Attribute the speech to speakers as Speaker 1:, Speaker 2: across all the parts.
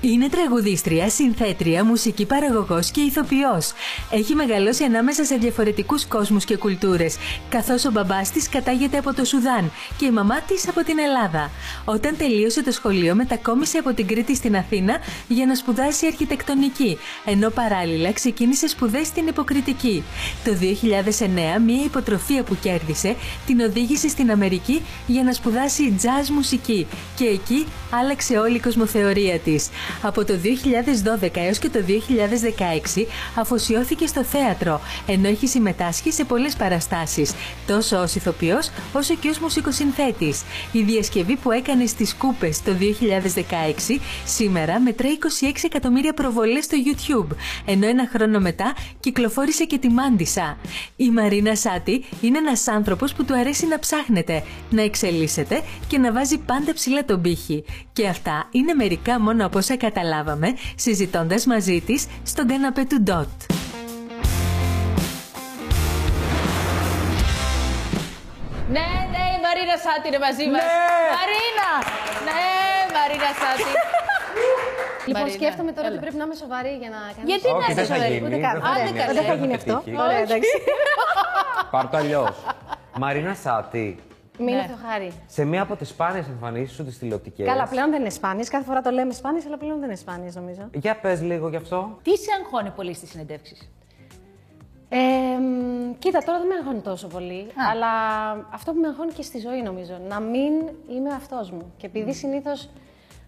Speaker 1: Είναι τραγουδίστρια, συνθέτρια, μουσική παραγωγός και ηθοποιός. Έχει μεγαλώσει ανάμεσα σε διαφορετικούς κόσμους και κουλτούρες, καθώς ο μπαμπάς της κατάγεται από το Σουδάν και η μαμά της από την Ελλάδα. Όταν τελείωσε το σχολείο, μετακόμισε από την Κρήτη στην Αθήνα για να σπουδάσει αρχιτεκτονική, ενώ παράλληλα ξεκίνησε σπουδές στην υποκριτική. Το 2009, μια υποτροφία που κέρδισε την οδήγησε στην Αμερική για να σπουδάσει jazz μουσική και εκεί άλλαξε όλη η κοσμοθεωρία της. Από το 2012 έως και το 2016 αφοσιώθηκε στο θέατρο, ενώ έχει συμμετάσχει σε πολλές παραστάσεις, τόσο ως ηθοποιός όσο και ως μουσικοσυνθέτης. Η διασκευή που έκανε στις κούπες το 2016 σήμερα μετράει 26 εκατομμύρια προβολές στο YouTube, ενώ ένα χρόνο μετά κυκλοφόρησε και τη Μάντισα. Η Μαρίνα Σάτι είναι ένας άνθρωπος που του αρέσει να ψάχνεται, να εξελίσσεται και να βάζει πάντα ψηλά τον πύχη. Και αυτά είναι μερικά μόνο από όσα καταλάβαμε συζητώντας μαζί της στον καναπέ του Ντότ.
Speaker 2: Ναι, ναι, η Μαρίνα Σάτι είναι μαζί μας.
Speaker 3: Ναι.
Speaker 2: Μαρίνα! Ναι, Μαρίνα Σάτι.
Speaker 4: Λοιπόν,
Speaker 2: Μαρίνα,
Speaker 4: σκέφτομαι τώρα
Speaker 2: έλα.
Speaker 4: ότι πρέπει να είμαι σοβαρή για να κάνω.
Speaker 2: Γιατί να
Speaker 3: Όχι,
Speaker 2: είσαι
Speaker 3: δεν θα
Speaker 2: σοβαρή,
Speaker 3: γίνει.
Speaker 2: ούτε καν.
Speaker 3: Δεν θα
Speaker 2: Άντε
Speaker 3: γίνει
Speaker 2: καλέ.
Speaker 3: αυτό. Δεν θα γίνει αυτό.
Speaker 4: Ωραία, εντάξει.
Speaker 3: Πάρ το αλλιώς. Μαρίνα Σάτι,
Speaker 2: Ναι.
Speaker 4: Μείνε το χάρη.
Speaker 3: σε μία από τις σπάνιες εμφανίσεις σου τις τηλεοπτικές.
Speaker 4: Καλά, πλέον δεν είναι σπάνιες. Κάθε φορά το λέμε σπάνιες, αλλά πλέον δεν είναι σπάνιες, νομίζω.
Speaker 3: Για πες λίγο γι' αυτό.
Speaker 2: Τι σε αγχώνει πολύ στις συνεντεύξεις.
Speaker 4: Ε, μ, κοίτα, τώρα δεν με αγχώνει τόσο πολύ, αλλά αυτό που με αγχώνει και στη ζωή νομίζω, να μην είμαι αυτός μου. Και επειδή συνήθω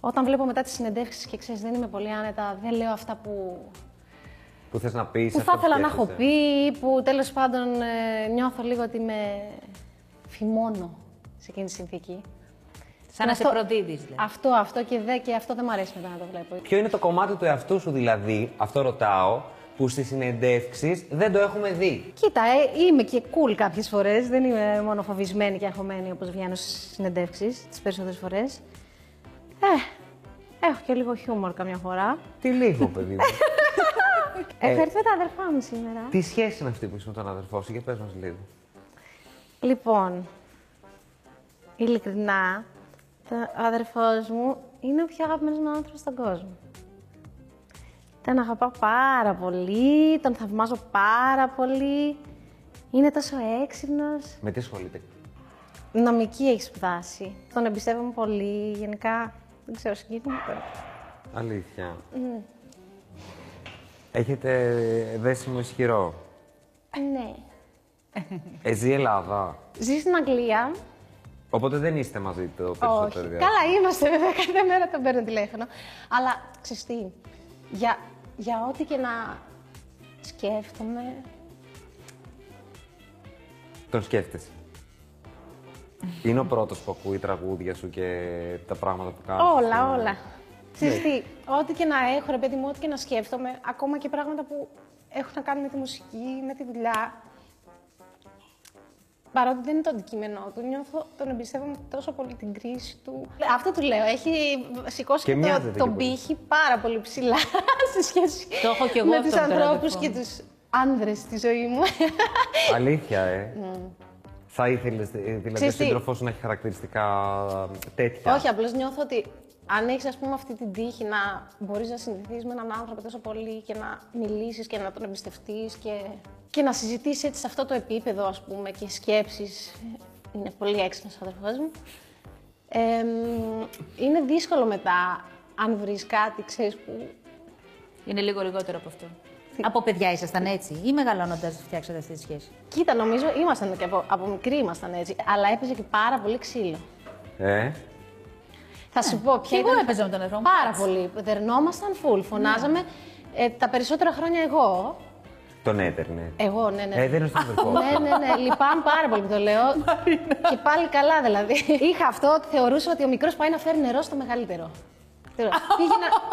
Speaker 4: όταν βλέπω μετά τις συνεντεύξεις και ξέρεις, δεν είμαι πολύ άνετα, δεν λέω αυτά που,
Speaker 3: Που θες να πεις.
Speaker 4: που θα ήθελα να έχω πει ή που τέλος πάντων ε, νιώθω λίγο ότι με φημώνω σε εκείνη τη συνθήκη.
Speaker 2: Σαν να σε
Speaker 4: Αυτό-
Speaker 2: προδίδεις, δηλαδή.
Speaker 4: Αυτό, αυτό και, δε, και αυτό δεν μου αρέσει μετά να το βλέπω.
Speaker 3: Ποιο είναι το κομμάτι του εαυτού σου δηλαδή, αυτό ρωτάω, που στις συνεντεύξεις δεν το έχουμε δει.
Speaker 4: Κοίτα, ε, είμαι και cool κάποιες φορές. Δεν είμαι μόνο φοβισμένη και αγχωμένη όπως βγαίνω στις συνεντεύξεις τις περισσότερες φορές. Ε, έχω και λίγο χιούμορ καμιά φορά.
Speaker 3: Τι λίγο, παιδί μου.
Speaker 4: Έχω έρθει με τα αδερφά μου σήμερα.
Speaker 3: Τι σχέση είναι αυτή που είσαι με τον αδερφό σου, για πες μας λίγο.
Speaker 4: Λοιπόν, ειλικρινά, τα- ο αδερφός μου είναι ο πιο αγαπημένος μου άνθρωπος στον κόσμο. Τον αγαπάω πάρα πολύ, τον θαυμάζω πάρα πολύ. Είναι τόσο έξυπνος.
Speaker 3: Με τι ασχολείται.
Speaker 4: Νομική έχει σπουδάσει. Τον εμπιστεύομαι πολύ. Γενικά, δεν ξέρω, συγκίνημα τώρα.
Speaker 3: Αλήθεια. Έχετε δέσιμο ισχυρό.
Speaker 4: Ναι.
Speaker 3: Ε, ζει η Ελλάδα.
Speaker 4: Ζει στην Αγγλία.
Speaker 3: Οπότε δεν είστε μαζί το
Speaker 4: Όχι.
Speaker 3: περισσότερο διάστημα.
Speaker 4: Καλά, είμαστε βέβαια. Κάθε μέρα τον παίρνω τηλέφωνο. Αλλά ξέρεις τι, για, για ό,τι και να σκέφτομαι.
Speaker 3: Τον σκέφτεσαι. Είναι ο πρώτος που ακούει τραγούδια σου και τα πράγματα που κάνεις. Ναι.
Speaker 4: Όλα, όλα. Ξέρεις τι, ό,τι και να έχω, ρε παιδί μου, ό,τι και να σκέφτομαι, ακόμα και πράγματα που έχουν να κάνουν με τη μουσική, με τη δουλειά. Παρότι δεν είναι το αντικείμενό του, νιώθω τον εμπιστεύομαι τόσο πολύ την κρίση του. Αυτό του λέω, έχει σηκώσει
Speaker 3: Και
Speaker 4: και
Speaker 3: μοιάζεται
Speaker 4: το,
Speaker 3: και
Speaker 4: τον
Speaker 3: πολύ.
Speaker 4: πύχη πάρα πολύ ψηλά σε σχέση
Speaker 2: Το έχω κι εγώ
Speaker 4: με
Speaker 2: αυτό
Speaker 4: τους
Speaker 2: με τον
Speaker 4: ανθρώπους
Speaker 2: αδερφό
Speaker 4: και
Speaker 2: μου.
Speaker 4: τους άνδρες στη ζωή μου.
Speaker 3: Αλήθεια, ε. Θα ήθελες δηλαδή ο
Speaker 4: Ναι. Ξέρεις τι.
Speaker 3: σύντροφός σου να έχει χαρακτηριστικά τέτοια.
Speaker 4: Όχι, απλώς νιώθω ότι αν έχεις, ας πούμε, αυτή την τύχη να μπορείς να συνδεθεί με έναν άνθρωπο τόσο πολύ και να μιλήσεις και να τον εμπιστευτείς και, και να συζητήσει έτσι σε αυτό το επίπεδο, ας πούμε, και σκέψεις. Είναι πολύ έξυπνος ο αδερφό μου. Εμ, είναι δύσκολο μετά, αν βρεις κάτι, ξέρεις που.
Speaker 2: Είναι λίγο λιγότερο από αυτό. Από παιδιά ήσασταν έτσι ή μεγαλώνοντας φτιάξατε αυτή τη σχέση.
Speaker 4: Κοίτα, νομίζω ήμασταν και από, από μικροί ήμασταν έτσι, αλλά έπαιζε και πάρα πολύ ξύλο.
Speaker 3: Ε.
Speaker 4: Θα σου πω
Speaker 2: Ναι, Και
Speaker 4: ποια
Speaker 2: εγώ
Speaker 4: ήταν-
Speaker 2: έπαιζα Ναι. με τον αδερφό μου.
Speaker 4: Πάρα πολύ. Δερνόμασταν full. Φωνάζαμε. Ε, τα περισσότερα χρόνια εγώ.
Speaker 3: Τον έτερνε.
Speaker 4: Εγώ, ναι, ναι.
Speaker 3: Ε, δεν είναι στον αδερφό σου.
Speaker 4: ναι, ναι, ναι. Λυπάμαι πάρα πολύ που το λέω. και πάλι καλά δηλαδή. Είχα αυτό ότι θεωρούσα ότι ο μικρός πάει να φέρει νερό στο μεγαλύτερο. Πήγαινε,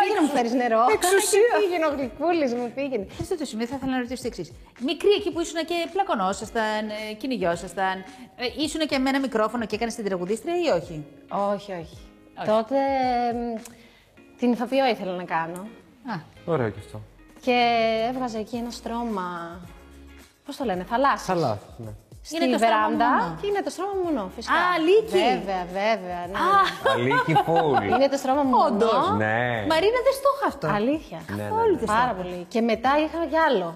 Speaker 4: πήγαινε να μου φέρεις νερό. Εξουσία. πήγαινε ο γλυκούλης μου, πήγαινε.
Speaker 2: Σε αυτό το σημείο θα ήθελα να ρωτήσω το εξής. Μικρή εκεί που ήσουν και πλακωνόσασταν, ε, κυνηγιόσασταν, ε, ήσουν και με ένα μικρόφωνο και έκανες την τραγουδίστρια ή όχι.
Speaker 4: Όχι, όχι. Τότε εμ, την ηθοποιό ήθελα να κάνω.
Speaker 2: Α,
Speaker 3: Ωραίο κι αυτό.
Speaker 4: Και έβγαζε εκεί ένα στρώμα. Πώς το λένε, θαλάσσι.
Speaker 3: Καλά, ναι.
Speaker 4: στη
Speaker 2: Είναι το στρώμα μόνο.
Speaker 4: βεράντα και είναι το στρώμα μόνο. Φυσικά.
Speaker 2: Α, λύκει.
Speaker 4: Βέβαια, βέβαια. Ναι.
Speaker 3: Αλίκη φουλ.
Speaker 4: Είναι το στρώμα μόνο.
Speaker 2: Όντως.
Speaker 3: Ναι.
Speaker 2: Μαρίνα, δεν στο είχα αυτό.
Speaker 4: Αλήθεια.
Speaker 3: Ναι, ναι,
Speaker 2: Καθόλου
Speaker 3: ναι.
Speaker 2: δεν στο
Speaker 4: Πάρα πολύ. Και μετά είχα κι άλλο.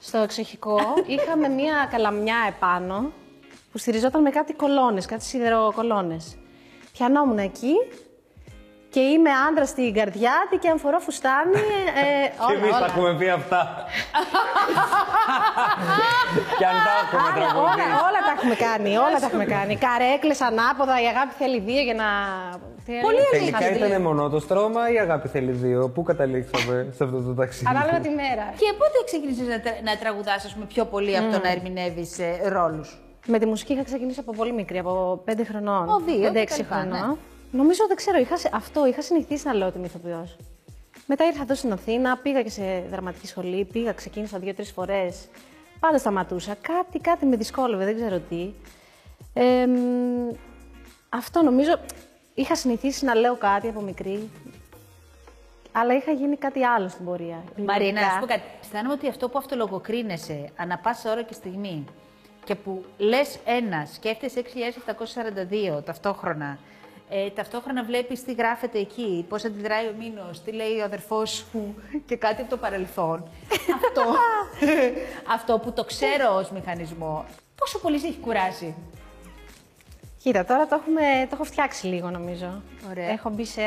Speaker 4: Στο εξοχικό είχαμε μία καλαμιά επάνω που στηριζόταν με κάτι κολόνες, κάτι σιδεροκολόνες. Πιανόμουν εκεί και είμαι άντρα στην καρδιά τη και αν φορώ φουστάνι. Ε, ε,
Speaker 3: Και
Speaker 4: όλα,
Speaker 3: εμείς τα
Speaker 4: όλα.
Speaker 3: έχουμε πει αυτά. Κι αν τα έχουμε
Speaker 4: Άρα, όλα,
Speaker 3: τραγουδίσει.
Speaker 4: όλα τα έχουμε κάνει, όλα τα έχουμε κάνει. Καρέκλες ανάποδα, η αγάπη θέλει δύο για να...
Speaker 2: Πολύ
Speaker 3: Τελικά
Speaker 2: αλήθεια.
Speaker 3: ήταν μονό το στρώμα ή αγάπη θέλει δύο. Πού καταλήξαμε σε αυτό το ταξίδι.
Speaker 4: Ανάλογα τη μέρα.
Speaker 2: Και πότε ξεκίνησε να, τρα- να τραγουδάς, ας πούμε, πιο πολύ από το να ερμηνεύεις ε, ρόλους.
Speaker 4: Με τη μουσική είχα ξεκινήσει από πολύ μικρή, από 5 χρονών.
Speaker 2: Ο, δύο
Speaker 4: 5-6
Speaker 2: και τα λοιπά,
Speaker 4: χρονών.
Speaker 2: ναι.
Speaker 4: Νομίζω δεν ξέρω, είχα, σε- αυτό είχα συνηθίσει να λέω ότι είμαι ηθοποιός. Μετά ήρθα εδώ στην Αθήνα, πήγα και σε δραματική σχολή, πήγα, ξεκίνησα δύο-τρει φορές. Πάντα σταματούσα. Κάτι, κάτι με δυσκόλευε, δεν ξέρω τι. Ε, μ, αυτό νομίζω. Είχα συνηθίσει να λέω κάτι από μικρή. Αλλά είχα γίνει κάτι άλλο στην πορεία.
Speaker 2: Μαρίνα, να
Speaker 4: Πραγματικά.
Speaker 2: σου πω κάτι. Αισθάνομαι ότι αυτό που αυτολογοκρίνεσαι ανα πάσα ώρα και στιγμή και που λες ένα, σκέφτεσαι 6.742 ταυτόχρονα. Ε, ταυτόχρονα βλέπεις τι γράφεται εκεί, πώς αντιδράει ο μήνος, τι λέει ο αδερφός σου και κάτι από το παρελθόν. αυτό, αυτό που το ξέρω ως μηχανισμό, πόσο πολύ σε έχει κουράσει.
Speaker 4: Κοίτα, τώρα το, έχουμε, το έχω φτιάξει λίγο νομίζω.
Speaker 2: Ωραία.
Speaker 4: Έχω μπει σε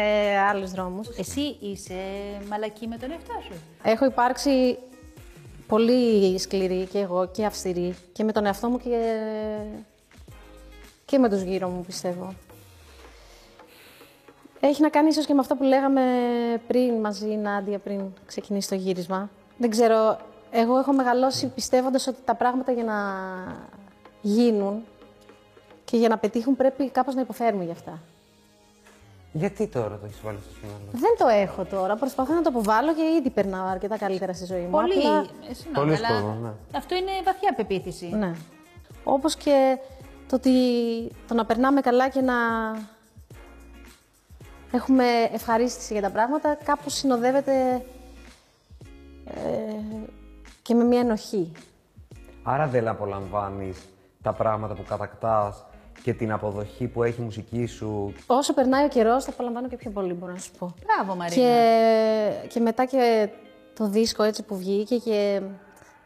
Speaker 4: άλλους δρόμους.
Speaker 2: Εσύ είσαι μαλακή με τον εαυτό σου.
Speaker 4: Έχω υπάρξει πολύ σκληρή και εγώ και αυστηρή και με τον εαυτό μου και, και με τους γύρω μου πιστεύω. Έχει να κάνει ίσως και με αυτά που λέγαμε πριν μαζί, Νάντια, πριν ξεκινήσει το γύρισμα. Δεν ξέρω, εγώ έχω μεγαλώσει πιστεύοντας ότι τα πράγματα για να γίνουν και για να πετύχουν πρέπει κάπως να υποφέρουμε γι' αυτά.
Speaker 3: Γιατί τώρα το έχεις βάλει στο σύνολο.
Speaker 4: Δεν το έχω τώρα. Προσπαθώ να το αποβάλω και ήδη περνάω αρκετά καλύτερα στη ζωή μου.
Speaker 2: Πολύ.
Speaker 4: Απλά-
Speaker 2: ε, συγγνώμη,
Speaker 3: Πολύ
Speaker 2: αλλά
Speaker 3: σκοπό, ναι.
Speaker 2: Αυτό είναι βαθιά πεποίθηση.
Speaker 4: Ναι. Όπως και το ότι το να περνάμε καλά και να έχουμε ευχαρίστηση για τα πράγματα, κάπως συνοδεύεται ε, και με μια ενοχή.
Speaker 3: Άρα δεν απολαμβάνεις τα πράγματα που κατακτάς και την αποδοχή που έχει η μουσική σου.
Speaker 4: Όσο περνάει ο καιρός, θα απολαμβάνω και πιο πολύ, μπορώ να σου πω.
Speaker 2: Μπράβο, Μαρίνα.
Speaker 4: Και, και μετά και το δίσκο έτσι που βγήκε και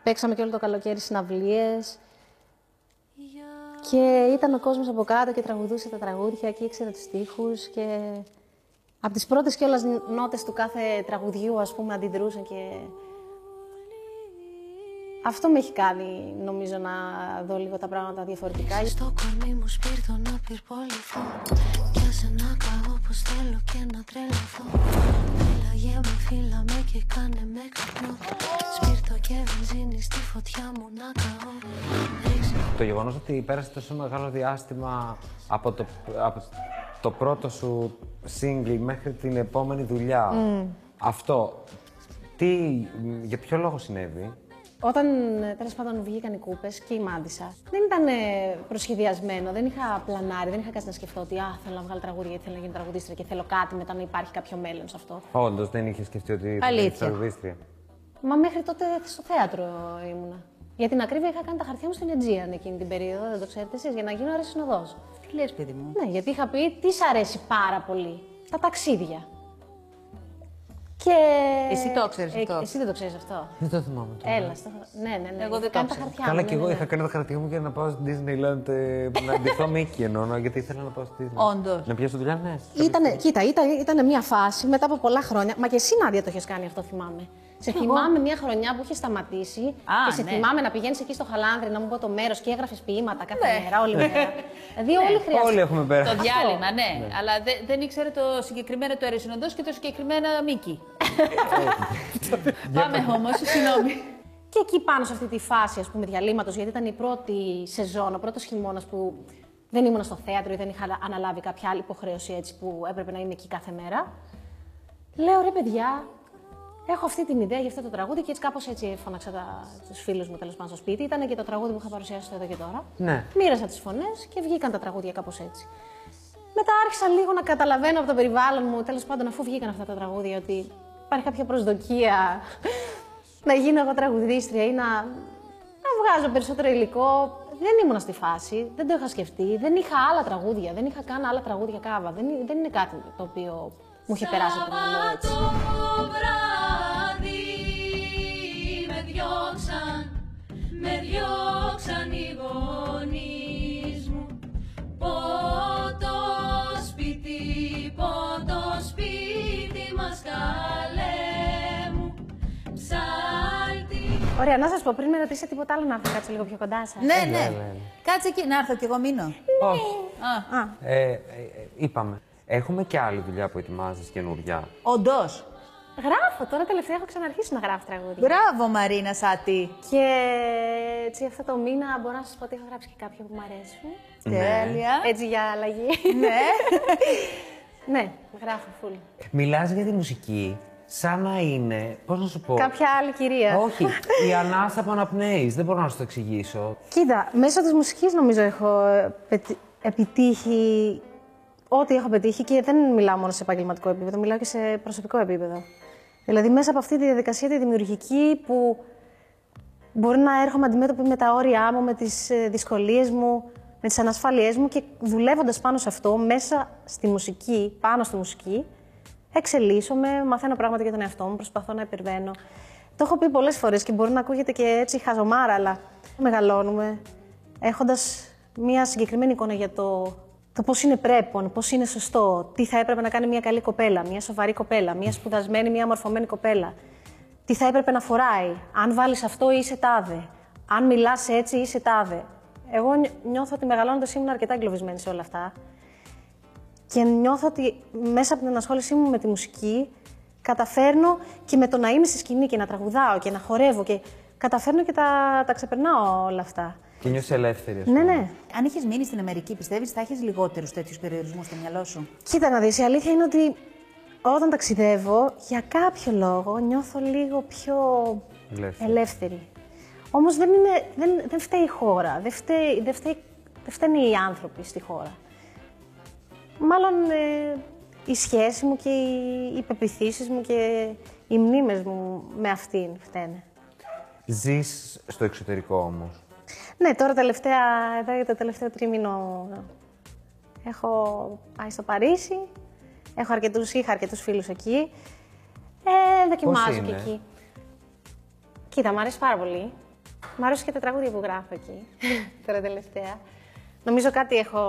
Speaker 4: παίξαμε και όλο το καλοκαίρι συναυλίες. Και ήταν ο κόσμος από κάτω και τραγουδούσε τα τραγούδια και ήξερε τους στίχους και... Από τις πρώτες κιόλας νότες του κάθε τραγουδιού, ας πούμε, αντιδρούσαν και... Αυτό με έχει κάνει, νομίζω, να δω λίγο τα πράγματα διαφορετικά.
Speaker 5: Στο κορμί μου σπίρτο να πυρποληθώ Κι άσε να καώ πως θέλω και να τρελαθώ Μίλαγε με φίλα με και κάνε με καπνό Σπίρτο και βενζίνη στη φωτιά μου να καώ Ρίξε
Speaker 3: Το γεγονός ότι πέρασε τόσο μεγάλο διάστημα από το, από το πρώτο σου single μέχρι την επόμενη δουλειά. Αυτό. Τι, για ποιο λόγο συνέβη.
Speaker 4: Όταν τέλος πάντων βγήκαν οι κούπες και η μάντισα, δεν ήταν ε, προσχεδιασμένο, δεν είχα πλανάρει, δεν είχα κάτι να σκεφτώ ότι «Α, θέλω να βγάλω τραγούδια, γιατί θέλω να γίνω τραγουδίστρια και θέλω κάτι μετά να υπάρχει κάποιο μέλλον σε αυτό.
Speaker 3: Όντως δεν είχε σκεφτεί ότι θα
Speaker 2: Αλήθεια.
Speaker 3: γίνει τραγουδίστρια.
Speaker 4: Μα μέχρι τότε στο θέατρο ήμουνα. Για την ακρίβεια είχα κάνει τα χαρτιά μου στην Αιτζίαν εκείνη την περίοδο, δεν το ξέρετε εσείς, για να γίνω αρεσινοδό.
Speaker 2: Τι λες, παιδί μου.
Speaker 4: Ναι, γιατί είχα πει τι σ' αρέσει πάρα πολύ. Τα ταξίδια. Και. Ε,
Speaker 2: Εσύ το ξέρεις αυτό.
Speaker 4: εσύ δεν το ξέρεις αυτό.
Speaker 3: Δεν το θυμάμαι.
Speaker 4: Έλα, στο... ναι, ναι, ναι.
Speaker 2: Εγώ δεν
Speaker 4: είχα
Speaker 2: το
Speaker 4: κάνει τα
Speaker 2: ήξερα.
Speaker 4: χαρτιά
Speaker 3: Καλά,
Speaker 4: μου,
Speaker 3: και
Speaker 4: ναι,
Speaker 3: εγώ
Speaker 4: ναι, ναι.
Speaker 3: είχα κάνει τα χαρτιά μου για να πάω στην Disneyland. ε, να ντυθώ Μίκη εννοώ, γιατί ήθελα να πάω στη Disney.
Speaker 2: Όντως.
Speaker 3: Να πιάσω δουλειά, ναι.
Speaker 4: Ήτανε, κοίτα, ήταν, ήτανε μια φάση μετά από πολλά χρόνια. Μα και εσύ, Νάντια, το είχε κάνει αυτό, θυμάμαι. Σε θυμάμαι μια χρονιά που είχε σταματήσει
Speaker 2: Α,
Speaker 4: και σε
Speaker 2: ναι.
Speaker 4: θυμάμαι να πηγαίνεις εκεί στο Χαλάνδρι να μου πω το μέρος και έγραφες ποίηματα κάθε
Speaker 2: Ναι.
Speaker 4: μέρα, όλη μέρα. δηλαδή όλοι
Speaker 3: Όλοι
Speaker 4: χρειάζονται.
Speaker 3: έχουμε
Speaker 2: Το
Speaker 3: πέρασει.
Speaker 2: διάλειμμα, ναι. Αλλά δε- δεν ήξερε το συγκεκριμένο το αεροσυνοδό και το συγκεκριμένο Μίκη. Πάμε όμως, συγγνώμη.
Speaker 4: Και εκεί πάνω σε αυτή τη φάση ας πούμε, διαλύματος, γιατί ήταν η πρώτη σεζόν, ο πρώτος χειμώνας που δεν ήμουν στο θέατρο ή δεν είχα αναλάβει κάποια άλλη υποχρέωση έτσι που έπρεπε να είμαι εκεί κάθε μέρα. Λέω ρε παιδιά, έχω αυτή την ιδέα για αυτό το τραγούδι και έτσι κάπως έτσι φώναξα τα, τους φίλους μου τέλος πάντων στο σπίτι. Ήταν και το τραγούδι που είχα παρουσιάσει στο εδώ και τώρα.
Speaker 3: Ναι.
Speaker 4: Μοίρασα τις φωνές και βγήκαν τα τραγούδια κάπως έτσι. Μετά άρχισα λίγο να καταλαβαίνω από το περιβάλλον μου, τέλος πάντων, αφού βγήκαν αυτά τα τραγούδια, ότι υπάρχει κάποια προσδοκία να γίνω εγώ τραγουδίστρια ή να, να βγάζω περισσότερο υλικό. δεν ήμουν στη φάση, δεν το είχα σκεφτεί, δεν είχα άλλα τραγούδια, δεν είχα καν άλλα τραγούδια κάβα. Δεν, δεν είναι κάτι το οποίο μου είχε περάσει από το μυαλό έτσι.
Speaker 6: βράδυ με διώξαν, με διώξαν οι γονείς μου. Πότο σπίτι, πότο σπίτι μας καλέ μου, ψάλτη.
Speaker 4: Ωραία, να σας πω πριν με ρωτήσετε τίποτα άλλο να έρθω κάτσε λίγο πιο κοντά σας.
Speaker 2: Ναι, ναι. Κάτσε εκεί, να έρθω κι εγώ μείνω.
Speaker 3: Όχι.
Speaker 2: Α,
Speaker 3: Ε, ε, ε, είπαμε. Έχουμε και άλλη δουλειά που ετοιμάζεις καινουριά.
Speaker 2: Όντως.
Speaker 4: Γράφω τώρα τελευταία, έχω ξαναρχίσει να γράφω τραγούδια.
Speaker 2: Μπράβο Μαρίνα Σάτι.
Speaker 4: Και έτσι αυτό το μήνα μπορώ να σας πω ότι έχω γράψει και κάποια που μου αρέσουν.
Speaker 2: Ναι. Τέλεια. Ε,
Speaker 4: Έτσι για αλλαγή.
Speaker 2: Ναι.
Speaker 4: ναι, γράφω full.
Speaker 3: Μιλάς για τη μουσική σαν να είναι, πώς να σου πω...
Speaker 4: Κάποια άλλη κυρία.
Speaker 3: Όχι, η ανάσα που αναπνέεις, δεν μπορώ να σου το εξηγήσω.
Speaker 4: Κοίτα, μέσω της μουσικής νομίζω έχω ε, πετυ- επιτύχει ό,τι έχω πετύχει και δεν μιλάω μόνο σε επαγγελματικό επίπεδο, μιλάω και σε προσωπικό επίπεδο. Δηλαδή μέσα από αυτή τη διαδικασία τη δημιουργική που μπορεί να έρχομαι αντιμέτωπη με τα όρια μου, με τις ε, δυσκολίες μου, με τις ανασφάλειές μου και δουλεύοντας πάνω σε αυτό, μέσα στη μουσική, πάνω στη μουσική, εξελίσσομαι, μαθαίνω πράγματα για τον εαυτό μου, προσπαθώ να υπερβαίνω. Το έχω πει πολλές φορές και μπορεί να ακούγεται και έτσι χαζομάρα, αλλά μεγαλώνουμε έχοντας μια συγκεκριμένη εικόνα για το, το πώς είναι πρέπον, πώς είναι σωστό, τι θα έπρεπε να κάνει μια καλή κοπέλα, μια σοβαρή κοπέλα, μια σπουδασμένη, μια μορφωμένη κοπέλα τι θα έπρεπε να φοράει. Αν βάλεις αυτό, είσαι τάδε. Αν μιλάς έτσι, είσαι τάδε. Εγώ νι- νιώθω ότι μεγαλώνοντας ήμουν αρκετά εγκλωβισμένη σε όλα αυτά. Και νιώθω ότι μέσα από την ενασχόλησή μου με τη μουσική καταφέρνω και με το να είμαι στη σκηνή και να τραγουδάω και να χορεύω και καταφέρνω και τα, τα ξεπερνάω όλα αυτά.
Speaker 3: Και νιώσε ελεύθερη, ας
Speaker 4: Ναι,
Speaker 3: πούμε.
Speaker 4: ναι.
Speaker 2: Αν είχες μείνει στην Αμερική, πιστεύεις θα έχει λιγότερους τέτοιους περιορισμούς στο μυαλό σου.
Speaker 4: Κοίτα να δεις, η αλήθεια είναι ότι όταν ταξιδεύω, για κάποιο λόγο νιώθω λίγο πιο
Speaker 3: Ελεύθερη.
Speaker 4: ελεύθερη. Όμως δεν, είναι, δεν, δεν φταίει η χώρα, δεν, φταίει, δεν, φταίει, δεν φταίνουν οι άνθρωποι στη χώρα. Μάλλον ε, η σχέση μου και οι, οι πεπιθήσεις μου και οι μνήμες μου με αυτήν φταίνε.
Speaker 3: Ζεις στο εξωτερικό όμως.
Speaker 4: Ναι, τώρα τελευταία, εδώ για το τελευταίο τρίμηνο έχω πάει στο Παρίσι. Έχω αρκετούς, είχα αρκετούς φίλους εκεί. Ε, δοκιμάζω και
Speaker 3: είναι?
Speaker 4: εκεί. Κοίτα, μου αρέσει πάρα πολύ. Μ' αρέσουν και τα τραγούδια που γράφω εκεί, τώρα τελευταία. Νομίζω κάτι έχω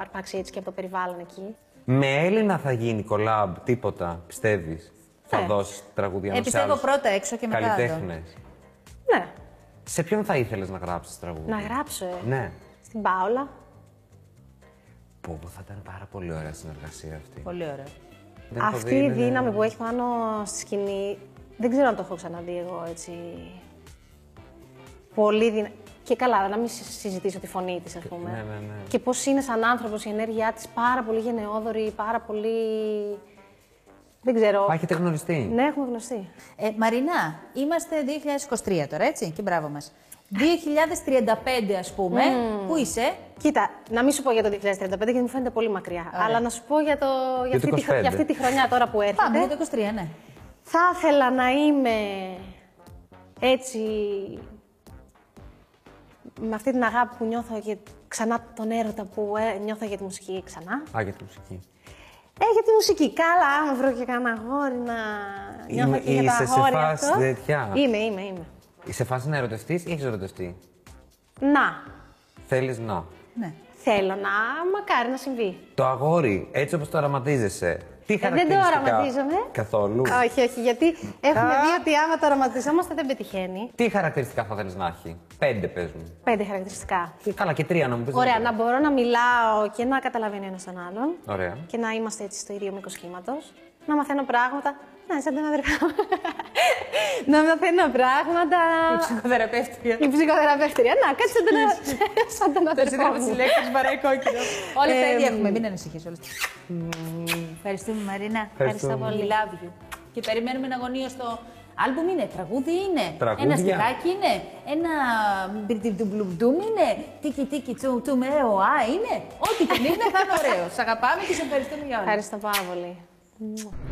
Speaker 4: αρπάξει έτσι και από το περιβάλλον εκεί.
Speaker 3: Με Έλληνα θα γίνει κολάμπ, τίποτα, πιστεύεις. Θα δώσεις
Speaker 4: Ε,
Speaker 3: τραγούδια ενώ σε
Speaker 2: Επιστεύω
Speaker 3: άλλους
Speaker 2: Ε, πρώτα έξω και μετά. εδώ.
Speaker 3: καλλιτέχνες.
Speaker 4: Ναι,
Speaker 3: Σε ποιον θα ήθελες να γράψεις τραγούδια.
Speaker 4: να γράψω, ε.
Speaker 3: Ναι.
Speaker 4: Στην Πάολα.
Speaker 3: Πω, πω, θα ήταν πάρα πολύ ωραία συνεργασία αυτή.
Speaker 2: Πολύ ωραίο.
Speaker 3: Δεν έχω
Speaker 4: Αυτή
Speaker 3: δει, ναι,
Speaker 4: η
Speaker 3: είναι-
Speaker 4: δύναμη που έχει πάνω στη σκηνή, δεν ξέρω αν το έχω ξαναδεί εγώ έτσι. Πολύ δυνατή. Και καλά, να μην συ- συζητήσω τη φωνή της, ας πούμε.
Speaker 3: ναι, ναι, ναι.
Speaker 4: Και πώς είναι σαν άνθρωπος η ενέργειά της, πάρα πολύ γενναιόδορη, πάρα πολύ. Δεν ξέρω.
Speaker 3: Α, έχετε γνωριστεί.
Speaker 4: Ναι, έχουμε γνωστεί.
Speaker 2: Ε, Μαρινά, είμαστε 2023 τώρα, έτσι, και μπράβο μας. 2035, ας πούμε, πού είσαι,
Speaker 4: Κοίτα, να μην σου πω για το 2035 γιατί μου φαίνεται πολύ μακριά. Αλλά να σου πω για, το, για,
Speaker 3: Για το
Speaker 4: αυτή, τη, χρο-
Speaker 3: 25.
Speaker 4: για αυτή τη χρονιά τώρα που έρχεται.
Speaker 2: πάμε για το 23, ναι.
Speaker 4: Θα ήθελα να είμαι έτσι με αυτή την αγάπη που νιώθω για ξανά τον έρωτα που ε, νιώθω για τη μουσική ξανά.
Speaker 3: Α, για τη μουσική.
Speaker 4: Ε, για τη μουσική. Καλά, άμα βρω και κανένα αγόρι να νιώθω
Speaker 3: Είμαι-
Speaker 4: και για
Speaker 3: είσαι
Speaker 4: τα
Speaker 3: σε
Speaker 4: αγόρια
Speaker 3: φάση
Speaker 4: αυτό.
Speaker 3: τέτοια?
Speaker 4: Είμαι, είμαι, είμαι.
Speaker 3: Είσαι φάση να ερωτευτείς ή έχεις ερωτευτεί.
Speaker 4: Να,
Speaker 3: Θέλεις να.
Speaker 2: ναι.
Speaker 4: θέλω να, μακάρι να συμβεί.
Speaker 3: Το αγόρι, έτσι όπως το οραματίζεσαι. Τι
Speaker 4: Ε, το
Speaker 3: χαρακτηριστικά.
Speaker 4: οραματίζομαι. ε.
Speaker 3: Καθόλου.
Speaker 4: όχι, όχι, γιατί έχουμε δει ότι άμα το οραματιζόμαστε δεν πετυχαίνει.
Speaker 3: Τι χαρακτηριστικά θα θέλεις να έχει. Πέντε πες μου. Ε,
Speaker 4: Πέντε χαρακτηριστικά.
Speaker 3: Καλά και τρία να μου πεις.
Speaker 4: Ωραία,
Speaker 3: δεν
Speaker 4: να μπορώ να μιλάω και να καταλαβαίνω ένας τον άλλον.
Speaker 3: ξέρω. Ωραία.
Speaker 4: και να είμαστε έτσι στο ίδιο μήκος κύματος. Να μαθαίνω πράγματα. Να, σαν τον αδερφό μου. να μαθαίνω πράγματα.
Speaker 2: Ψυχοθεραπεύτρια.
Speaker 4: Η ψυχοθεραπεύτρια. Να, κάτσε σαν τον, α- σαν τον αδερφό μου.
Speaker 2: λέξει βαράει κόκκινο. Όλα τα
Speaker 4: Ε,
Speaker 2: ίδια έχουμε, μην ανησυχείς. Όλες... Ευχαριστούμε Μαρίνα.
Speaker 3: Ευχαριστούμε.
Speaker 2: πολύ. Love you. Και περιμένουμε ένα αγωνίο στο άλμπουμ είναι, τραγούδι είναι,
Speaker 3: Τραγούδια.
Speaker 2: ένα στιχάκι είναι, ένα μπιρτιμπτουμπλουμπτουμ είναι, τίκι τίκι τσου τσου με ο α είναι. Ό,τι και είναι θα είναι ωραίο. Σ' αγαπάμε και σε ευχαριστούμε για όλα.
Speaker 4: Ευχαριστώ πάρα πολύ.